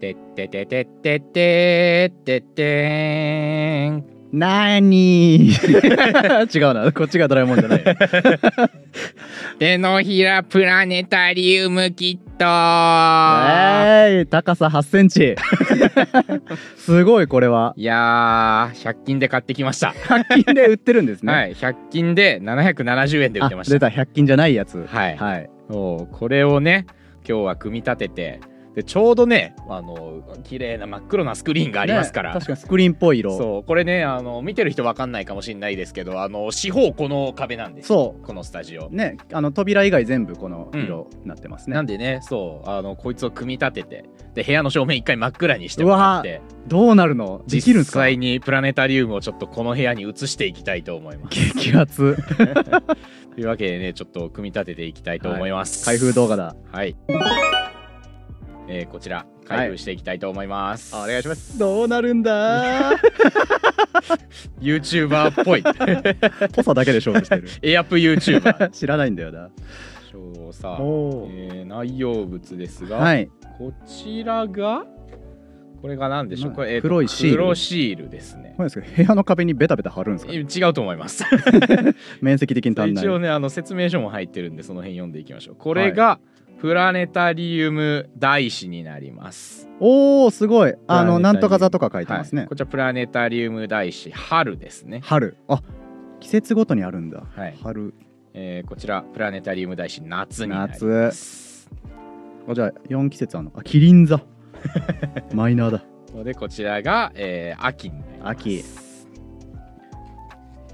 てってててててててん。なー にー違うな。こっちがドラえもんじゃない。手のひらプラネタリウムキットーえーい、高さ8セン チ。すごい、これは。いやー、100均で買ってきました。 100均で売ってるんですね。はい、100均で770円で売ってまあし出た。た、100均じゃないやつ。はい。はい。おうこれをね、今日は組み立てて、で、ちょうどね、あの、綺麗な真っ黒なスクリーンがありますから。ね確かにスクリーンっぽい色。そうこれねあの見てる人わかんないかもしれないですけどあの四方この壁なんですそこのスタジオう。ね、あの扉以外全部この色になってますね。なんでねそうあのこいつを組み立ててで部屋の照明一回真っ暗にしてうもわらってどうなるのできるん実ですか際にプラネタリウムをちょっとこの部屋に移していきたいと思います激アツ。というわけでねちょっと組み立てていきたいと思います、開封動画だ。はい、えーこちら開封していきたいと思います、 お願いします。どうなるん だ YouTuber っぽいぽさだけで勝負してる。エアップ YouTuber 知らないんだよな。そうさ、おーえー内容物ですが、はい。こちらがこれが何でしょうまあこれ、えーと黒いシール黒シールですねなんですか部屋の壁にベタベタ貼るんですか違うと思います面積的に足んない一。応ねあの説明書も入ってるんでその辺読んでいきましょうこれがプラネタリウム大使になります、おー、すごい。あプラネタリウの、ムなんとか座とか書いてはまいすね。こちらプラネタリウム大使春ですね、春。あ季節ごとにあるんだ。はい春。えーこちらプラネタリウム大使夏になりますあじゃあ、4季節あるの。あ、キリン座。 マイナーだ。でこちらが、えー秋になります秋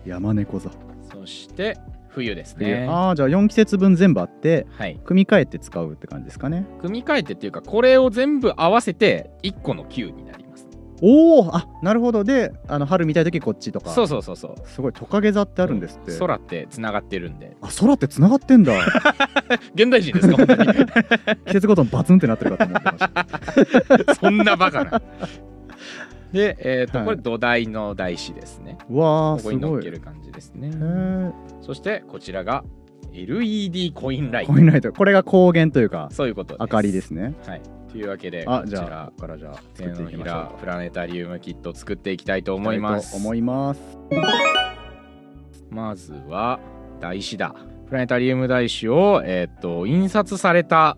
山猫座。そして冬です冬ねああ、じゃあ4季節分全部あって、はい組み替えて使うって感じですかね。組み替えてっていうかこれを全部合わせて1個の球になりますおお、あなるほど。で、あの春見たいときこっちとか。そうそうそうそうすごい、トカゲ座ってあるんですって。空ってつながってるんであ、空って繋がっ てんだ。現代人ですか本当に季節ごとにバツンってなってるかと思ってました。 そんなバカなでえっ、と、はいこれ土台の台紙ですねうわこ あ、こすに乗ごっい。けへる感じですねーそしてこちらが LED コインライトコインライト。これが光源というか、そういうことです明かりですね。はいというわけであこ、ちじゃあ、らここからじゃあ、手作っていのきひましょうら。プラネタリウムキット作っていきたいと思いますと思います。まずは台紙だ。プラネタリウム台紙を、えーっと印刷された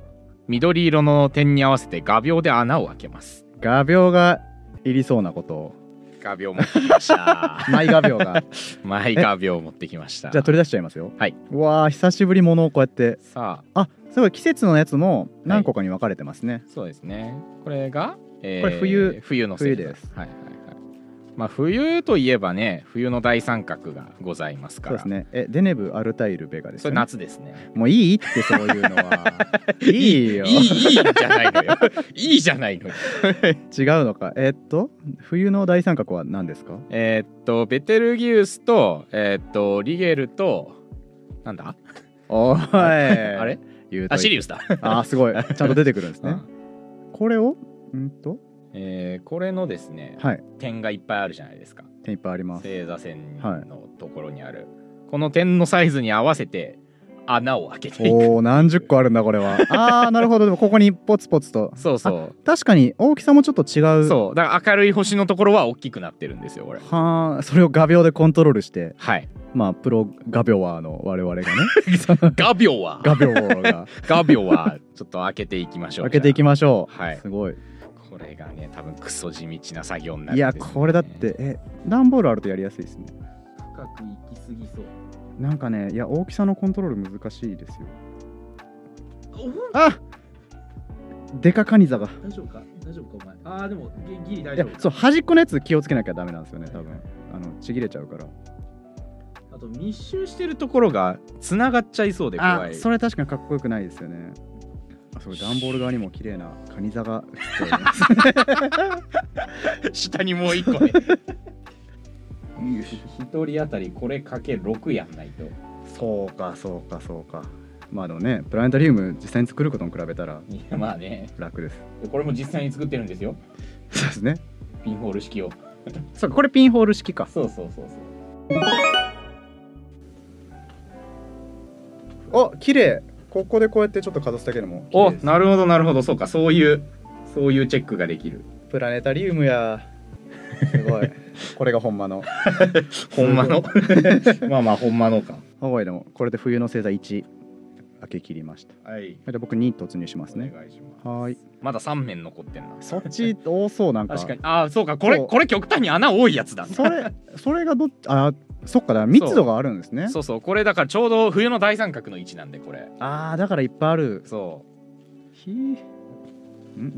緑色の点に合わせて画鋲で穴を開けます。画鋲がいりそうなことを。画鋲持ってきま した。マイ画 鋲が。マイ画鋲持ってきました。じゃあ取り出しちゃいますよ。はい。うわあ、久しぶりものをこうやって。さああ、すごい季節のやつも何個かに分かれてますね。そうですね。これが、えこれ冬冬のセリフ冬です。はいはいはい。まあ冬といえばね冬の大三角がございますかそうら。ですね。え、デネブ、アルタイル、ベガですそよれね、夏ですね。もういいってそういうのは。いい よ。いいいいじゃないのよ。 いいじゃないのよ。違うのか。えーっと、冬の大三角は何ですかえーっとベテルギウスとえーっとリゲルとなんだ、おい。ああれ言うといてあシリウスだ、あー、すごい。ちゃんと出てくるんです うね。んこれをんーと、えーこれのですね、はい。点がいっぱいあるじゃないですか点いっぱいあります。星座線はいのところにある、この点のサイズに合わせて穴を開けていくおお、何十個あるんだこれは。ああ、なるほど。でもここにポツポツと。そうそ確かに大きさもちょっと違うう。そうだから明るい星のところは大きくなってるんですよこれはあ、それを画鋲でコントロールして、はいまあプロ画鋲はあの 我々がね、画鋲は画鋲が画鋲はちょっと開けていきましょう開けていきまましょう。はいすごい。これがね多分クソ地道な作業になるんいやですねこれだってえ段ボールあるとやりやすいですね。深く行き過ぎそうなんかねいや大きさのコントロール難しいですよ。あ、でかカニザが。大丈夫か大丈夫かお前ああでもギギリ大いやそう端っこのやつ気をつけなきゃダメなんですよね多分。あのちぎれちゃうから。あと密集してるところがつながっちゃいそうで怖あいそれ確かにかっこよくないですよねあそれ段ボール側にも綺麗なカニ座が映っております下にもう一個ね一人当たりこれかけ6やんないとそうかそうかそうかまあでもねプラネタリウム実際に作ることに比べたらいやまあね楽ですこれも実際に作ってるんですよそうですねピンホール式をそうかこれピンホール式かそうそうそうそうあ綺麗ここでこうやってちょっとかざすだけでもおなるほどなるほどそうかそういうそういうチェックができるプラネタリウムやすごい これがほんまのほんまの まあまあほんまのかハワイでもこれで冬の星座1開け切りましたはいで僕2突入しますねお願いしますはーいまだ3面残ってんなそっち多そうなんか確かにああそうかこれそうこれ極端に穴多いやつだそれそれがどっちあそっかだから密度があるんですねそうそうこれだからちょうど冬の大三角の位置なんでこれああだからいっぱいあるそひん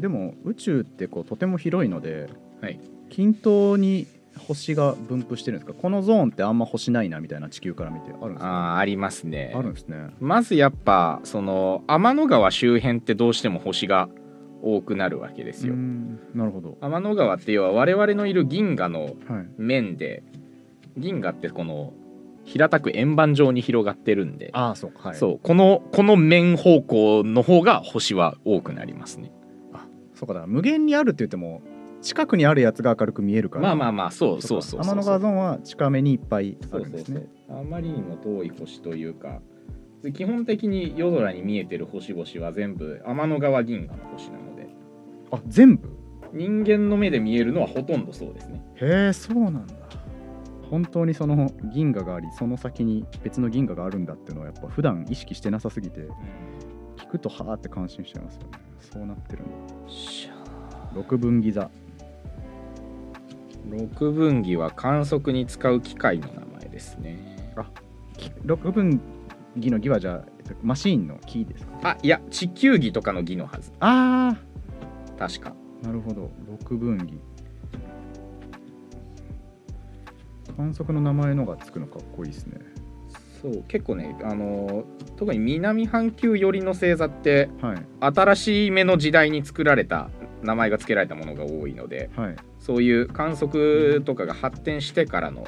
でも宇宙ってこうとても広いので、はい均等に星が分布してるんですかこのゾーンってあんま星ないなみたいな地球から見てあるんでうすかあーありますねあるんですねまずやっぱその天の川周辺ってどうしても星が多くなるわけですよ、うんなるほど天の川って要は我々のいる銀河のはい面で銀河ってこの平たく円盤状に広がってるんで、ああそうかはいそうこのこの面方向の方が星は多くなりますねそうかだから無限にあるって言っても近くにあるやつが明るく見えるからまあまあまあそうそうそうか天の川ゾーンは近めにいっぱいあそうるんそでうすそねうあまりにも遠い星というか基本的に夜空に見えてる星々は全部天の川銀河の星なのであ全部人間の目で見えるのはほとんどそうですねへえそうなんだ本当にその銀河がありその先に別の銀河があるんだっていうのはやっぱ普段意識してなさすぎて聞くとはーって感心しちゃいますよねそうなってるんだ六分ギザ六分岐は観測に使う機械の名前ですねき六分ギのギはじゃあえっとマシーンのキーですかあいや地球儀とかの儀のはずあ確かーなるほど六分ギ観測の名前のがつくのかっこいいですねそう結構ねあのー特に南半球寄りの星座ってはい新しい目の時代に作られた名前が付けられたものが多いのではいそういう観測とかが発展してからの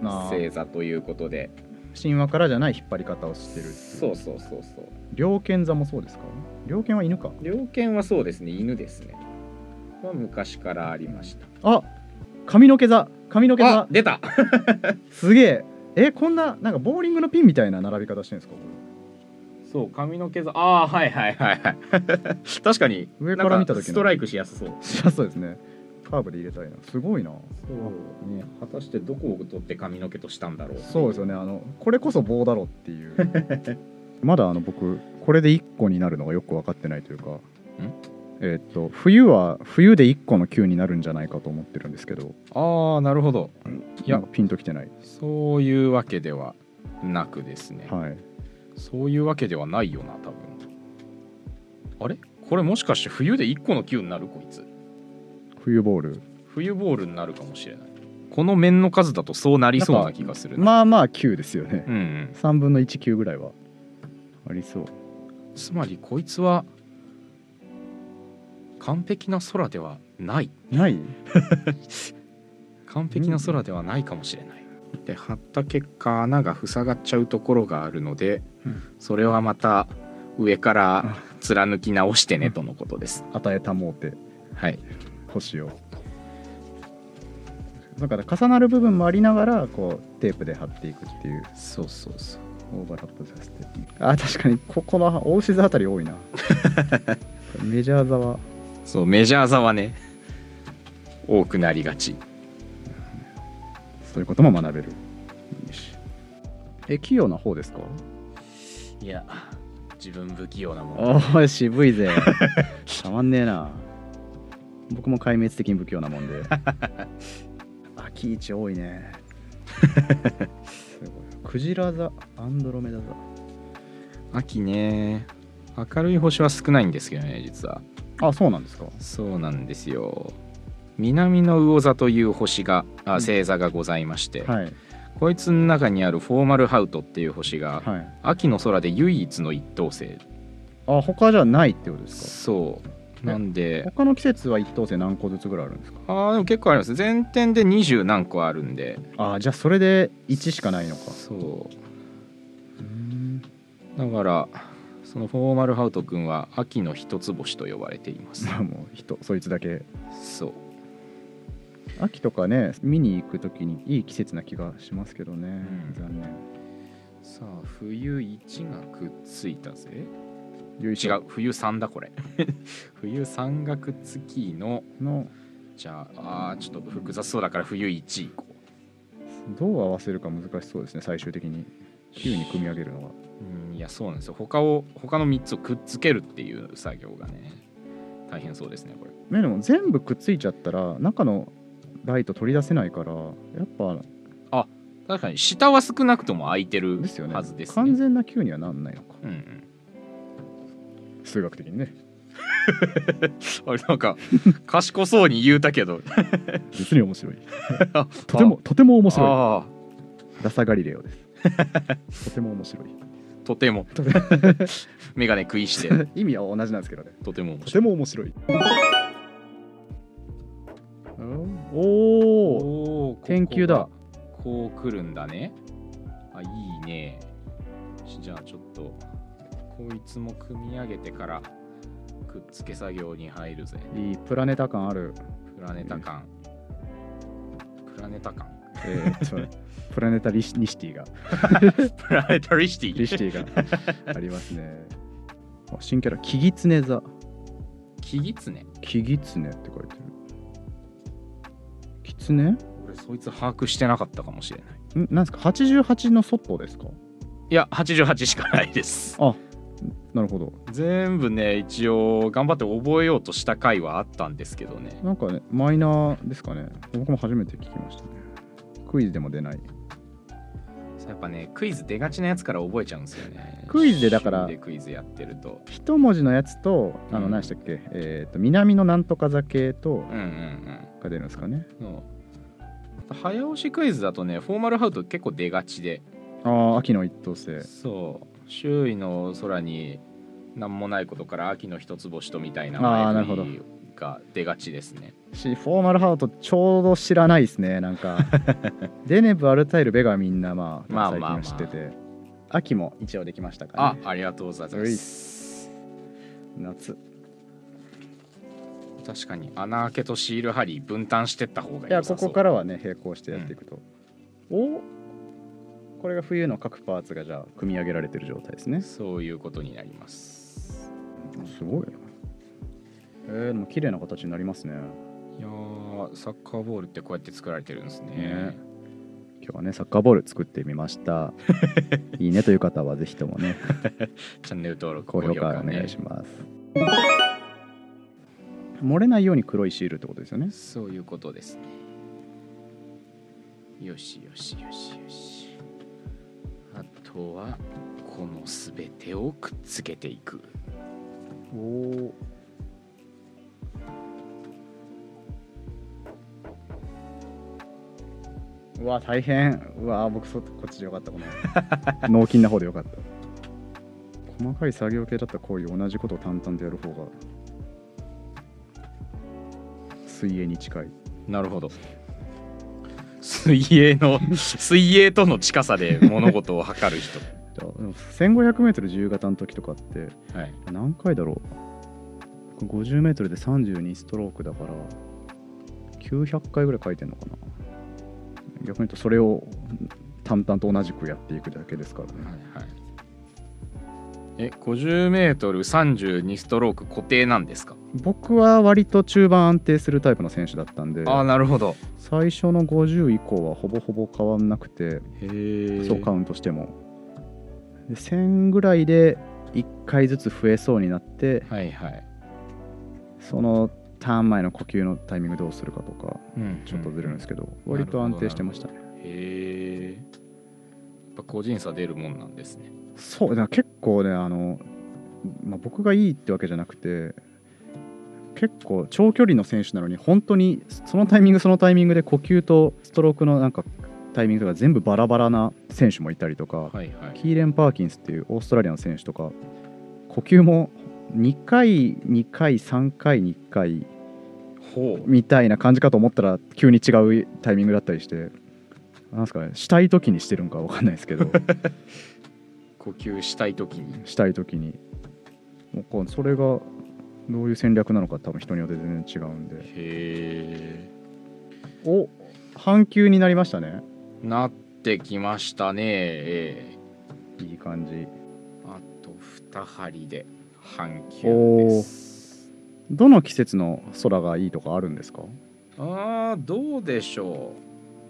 なあ星座ということで神話からじゃない引っ張り方をしてるそうそうそうそう猟犬座もそうですか猟犬は犬か猟犬はそうですね犬ですねは昔からありましたあ髪の毛座髪の毛あ座出たすげええこんななんかボーリングのピンみたいな並び方してるんですかこそう髪の毛座ああはいはいはいはい 確かに上から見た時のなんストライクしやすそうれしやすそうですねカーブで入れたいなすごいなそうね果たしてどこを取って髪の毛としたんだろうそうですよねあのこれこそ棒だろっていうまだあの僕これで1個になるのがよく分かってないというかえーっと冬は冬で1個の球になるんじゃないかと思ってるんですけどああなるほどいいややピンときてないそういうわけではなくですね、はいそういうわけではないよな多分あれこれもしかして冬で1個の球になるこいつ冬ボール冬ボールになるかもしれないこの面の数だとそうなりそうな気がするなまあまあ9ですよねうんうん3分の1球ぐらいはありそうつまりこいつは完璧な空ではないない完璧な空ではないかもしれない、で張った結果穴が塞がっちゃうところがあるので、うんそれはまた上から貫き直してねとのことです、与えたもうてはい星をだから重なる部分もありながらこうテープで貼っていくっていうそうそうそうオーバーラップさせてあ確かにここの大牛座あたり多い なメジャー座はそうメジャー座はね多くなりがちそういうことも学べるよしえ器用な方ですかいや自分不器用なもんおお渋 いぜたまんねえな僕も壊滅的に不器用なもんで あキイチ多いね すごいクジラ座アンドロメダ座秋ね明るい星は少ないんですけどね実はあそうなんですかそうなんですよ南の魚座という星があうん星座がございまして、はいこいつの中にあるフォーマルハウトっていう星がはい秋の空で唯一の一等星あ他じゃないってことですそうなんかで他の季節は1等星何個ずつぐらいあるんですかあーでも結構あります全点で20何個あるんであじゃあそれで1しかないのかそうーんうだからそのフォーマルハウト君は秋の一つ星と呼ばれていますまあもう人そいつだけそう秋とかね見に行くときにいい季節な気がしますけどね、ん残念さあ冬1がくっついたぜ由違う冬3だこれ 冬山岳月ののじゃああーちょっと複雑そうだから冬1いこうどう合わせるか難しそうですね最終的に9に組み上げるのはうんいやそうなんですよ他を他の3つをくっつけるっていう作業がね大変そうですねこれねでも全部くっついちゃったら中のライト取り出せないからやっぱ確かに下は少なくとも空いてるですよねはずですね完全な9にはなんないのかうんうん数学的にねあれなんか賢そうに言うたけど実に 面白いとてもとても面白ああいダサガリレオですとても面白いとても メガネ食いして 意味は同じなんですけどねとても面と白ていも面白いおおおー研究だこう来るんだねあいいねじゃあちょっとこいつも組み上げてからくっつけ作業に入るぜいいプラネタ感ある、プラネタ感プラネタ感え ーそうプラネタリシニシティがプラネタリシティリシティ がありますねあ新キャラキギツネザキギツネキギツネって書いてるキツネん俺そいつ把握してなかったかもしれないなんですか88の外ですかいや88しかないですなるほど全部ね一応頑張って覚えようとした回はあったんですけどねなんかねマイナーですかね僕も初めて聞きましたねクイズでも出ないやっぱねクイズ出がちなやつから覚えちゃうんですよねクイズでだから趣味でクイズやってると一文字のやつとあうのん何でしたっけ、えっ、と南のなんとか酒うとんうんが出るんですかねうんそう早押しクイズだとねフォーマルハウト結構出がちでああ秋の一等星そう周囲の空に何もないことから秋の一つ星とみたいなあー前なるほど振りが出がちですねしフォーマルハートちょうど知らないですねな んかデネブアルタイルベがみんなまあまあ最近まあまはあ知ってて、秋も一応できましたから、あね、ありがとうございます夏確かに穴開けとシール貼り分担してった方がいいやここかららはね並行してやっていくと、おこれが冬の各パーツがじゃあ組み上げられてる状態ですねそういうことになりますすごいなえー、でも綺麗な形になりますねいやーサッカーボールってこうやって作られてるんですねね今日はねサッカーボール作ってみましたいいねという方はぜひともねチャンネル登録高評価おね願いします、漏れないように黒いシールってことですよねそういうことですね。よしよしよしよし。あとは、このすべてをくっつけていく。おおうわ大変うわ僕そこっちでよかったこの脳筋な方でよかった細かい作業系だったらこういう同じことを淡々とやる方が水泳に近いなるほど。水泳 の水泳との近さで物事を測る人。でも 1500m 自由形の時とかってはい。何回だろう 50m で32ストロークだから900回ぐらい書いてんのかな逆に言うとそれを淡々と同じくやっていくだけですからねはいはい。え、50メートル32ストローク固定なんですか。僕は割と中盤安定するタイプの選手だったんでああ、なるほど。最初の50以降はほぼほぼ変わんなくてへえそうカ。ウントしてもで1000ぐらいで1回ずつ増えそうになってはいはい。そのターン前の呼吸のタイミングどうするかとかうんちょっとずれるんですけど、うん割と安定してましたねへえ。やっぱ個人差出るもんなんですね。そうだから結構ねあの、まあ、僕がいいってわけじゃなくて結構長距離の選手なのに本当にそのタイミングそのタイミングで呼吸とストロークのなんかタイミングとか全部バラバラな選手もいたりとか、はいはい。キーレン・パーキンスっていうオーストラリアの選手とか呼吸も2回2回3回2回ほう。みたいな感じかと思ったら急に違うタイミングだったりしてなんすかねしたい時にしてるんかわかんないです けど呼吸したい時にしたい時にもうこうそれがどういう戦略なのか多分人によって全然違うんでへお半球になりましたねえなってきましたねええいい感じあと2針で半球です。どの季節の空がいいとかあるんですかああどうでしょ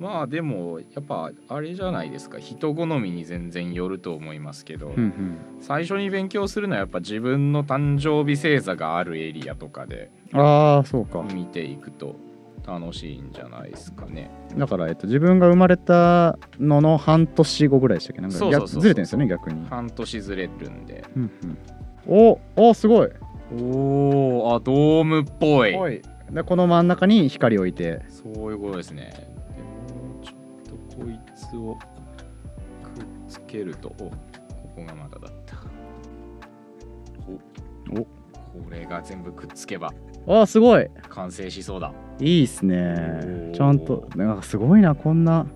うまあでもやっぱあれじゃないですか人好みに全然よると思いますけど、うん最初に勉強するのはやっぱ自分の誕生日星座があるエリアとかでうんああそうか見ていくと楽しいんじゃないですかね。だから、えっと、自分が生まれたのの半年後ぐらいでしたっけなんかそうそうそうそう逆ずれてるんですよね逆に、半年ずれるんで。うんうんおおすごいおおあドームっぽい。いでこの真ん中に光を置いてそういうことですね。でもうちょっとこいつをくっつけると、おここがまだだった。おおこれが全部くっつけばあーすごい完成しそうだ。いいっすおねーちゃんとなんかすごいなこんな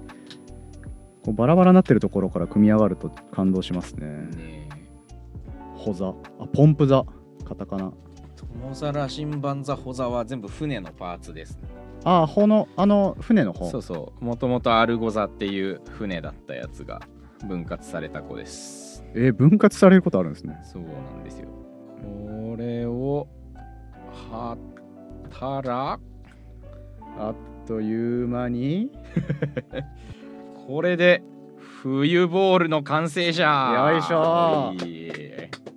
こうバラバラになってるところから組み上がると感動しますねねえ。ホザあポンプザカタカナ友皿新版座保座は全部船のパーツです、ね。ああほのあの船の方そうそう。もともとアルゴ座っていう船だったやつが分割された子です。えー分割されることあるんですねそうなんですよ。これをはたらあっという間にこれで冬ボールの完成じゃよいしょ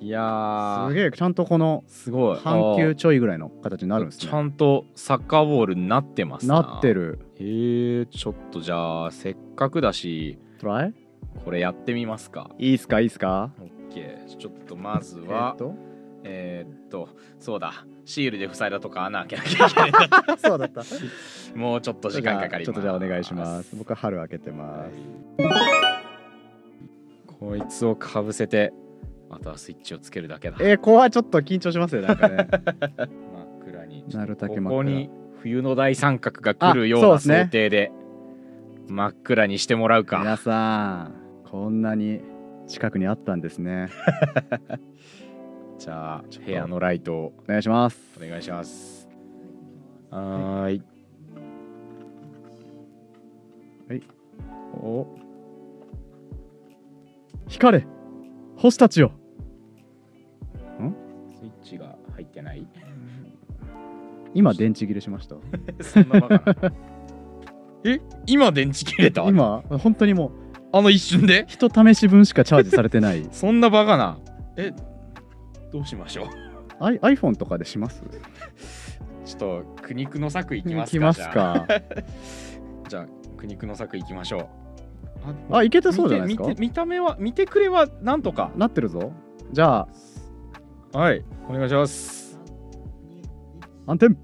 いやーすげえちゃんとこのすごい半球ちょいぐらいの形になるんですちねゃんとサッカーボールになってますななってるえー、ちょっとじゃあせっかくだしトライこれやってみますかいいっすかいいっすか OK ちょっとまずはえーっとえーっとそうだシールで塞いだとか穴開けなきゃいけない そうだった もうちょっと時間かかりますちょっとじゃあお願いします僕は春開けてます、こいつをかぶせてあとはスイッチをつけるだけだえー、怖いちょっと緊張しますねなん かね真っ暗になるだけ真っ暗ここに冬の大三角が来るようあなそうですね想定で真っ暗にしてもらう皆かさんこんなに近くにあったんですねじゃあちょっと部屋のライトをお願いしますお願いしますはーいお光れ星たちよスイッチが入って ない今電池切れしましたそんなバカ なえ今電池切れた今本当にもうあの一瞬で人試し分しかチャージされてない そんなバカなえどうしましょう I iPhone とかでしますちょっと苦肉の策いきますかきますかじゃあ苦肉の策いきましょうあいけてそうじゃないですか見て見て見た目は見てくれはなんとかなってるぞじゃあはいお願いします暗転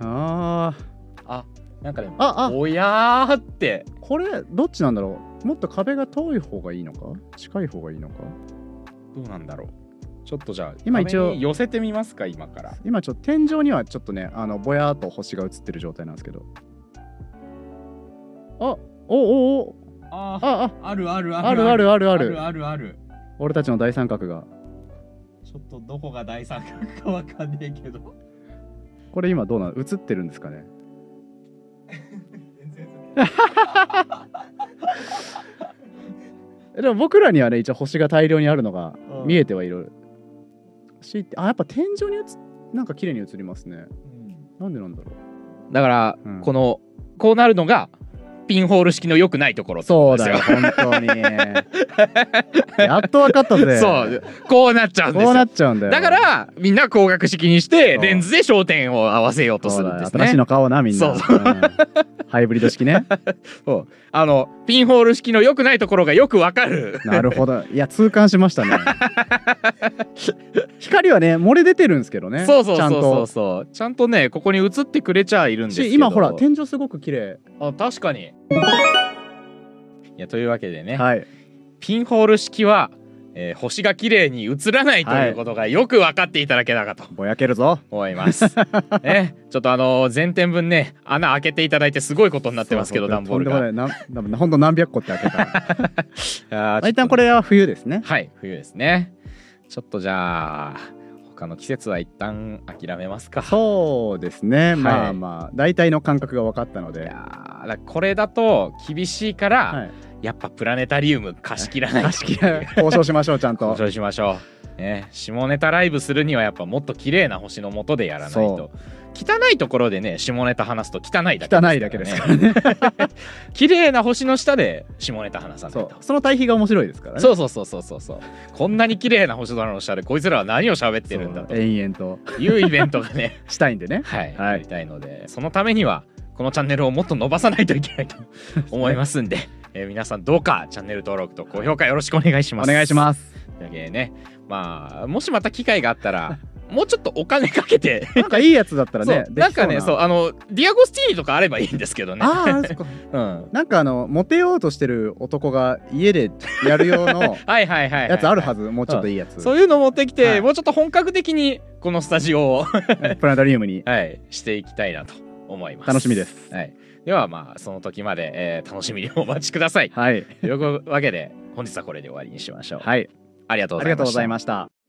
ああーなんかねああおやーってこれどっちなんだろうもっと壁が遠い方がいいのか近い方がいいのかどうなんだろうちょっとじゃあ今一応画面に寄せてみますか今から今ちょっと天井にはちょっとねあのぼやーっと星が映ってる状態なんですけどあおおおああああるあるあるあるあるあるあるある俺たちの大三角がちょっとどこが大三角かわかんねえけどこれ今どうなの映ってるんですかねえでも僕らにはね一応星が大量にあるのがうん見えてはいるしあやっぱ天井に映っなんか綺麗に映りますねなんでなんだろうだから、うんこのこうなるのがピンホール式の良くないところってそこうとですだよ本 当にやっと分かったぜ そうこうなっちゃうんですこようなっちゃうんだよだからみんな光学式にしてそうレンズで焦点を合わせようとすそうるんだです新しいねの買おうなみんなそううんハイブリッド 式ねあのピンホール式の良くないところがよくわかるなるほどいや痛感しま したね光はね漏れ出てるんですけどね そうそうちゃんそうそうとそうちゃんとねここに映ってくれちゃいるんですけどし今ほら天井すごく綺麗あ確かにいやというわけでね、はいピンホール式は、えー星が綺麗に映らないとはいいうことがよく分かっていただけたかとぼやけるぞ思い ます、ねちょっとあのー前点分ね穴開けていただいてすごいことになってますけどそ段うそうボールがとんでもないななほんと何百個って開 けたらあーちょっと一旦これは冬ですねはい、冬ですね。ちょっとじゃあ、かの季節は一旦諦めますか。そうですね、いまあまあ大体の感覚が分かったのいで、やーだからこれだと厳しいから、はい、やっぱプラネタリウム貸し切らない貸し切ら交渉しましょうちゃんと交渉しましょう、ね、下ネタライブするにはやっぱもっと綺麗な星の下でやらないそと汚いところでね下ネタ話すと汚いだけですからね、汚いだけですからね 綺麗な星の下で下ネタ話さなそいうとその対比が面白いですからねそうそうそうそうそうそうこんなに綺麗な星空の下でこいつらは何を喋ってるんだとそう延々いうイベントがね としたいんでねはい、はいやりたいのでそのためにはこのチャンネルをもっと伸ばさないといけないと思いますんで、えー皆さんどうかチャンネル登録と高評価よろしくお願いしおます願いし ますだけねまあもしまた機会があった らもうちょっとお金かけてなんかいいやつだったらねそうなんかねそううあのディアゴスティーニとかあればいいんですけどねあーそっかうんなんかあのモテようとしてる男が家でやる用の はいはいはいはい、やつあるはずずもうちょっといいやつそういうの持ってきて、はいもうちょっと本格的にこのスタジオ を、プラネタリウムにはい、していきたいなと思います楽しみです、はい、ではまあその時まで、えー楽しみにお待ちくださいはいというわけで本日はこれで終わりにしましょう、はいありがとうあござりいがとまうごしざたいました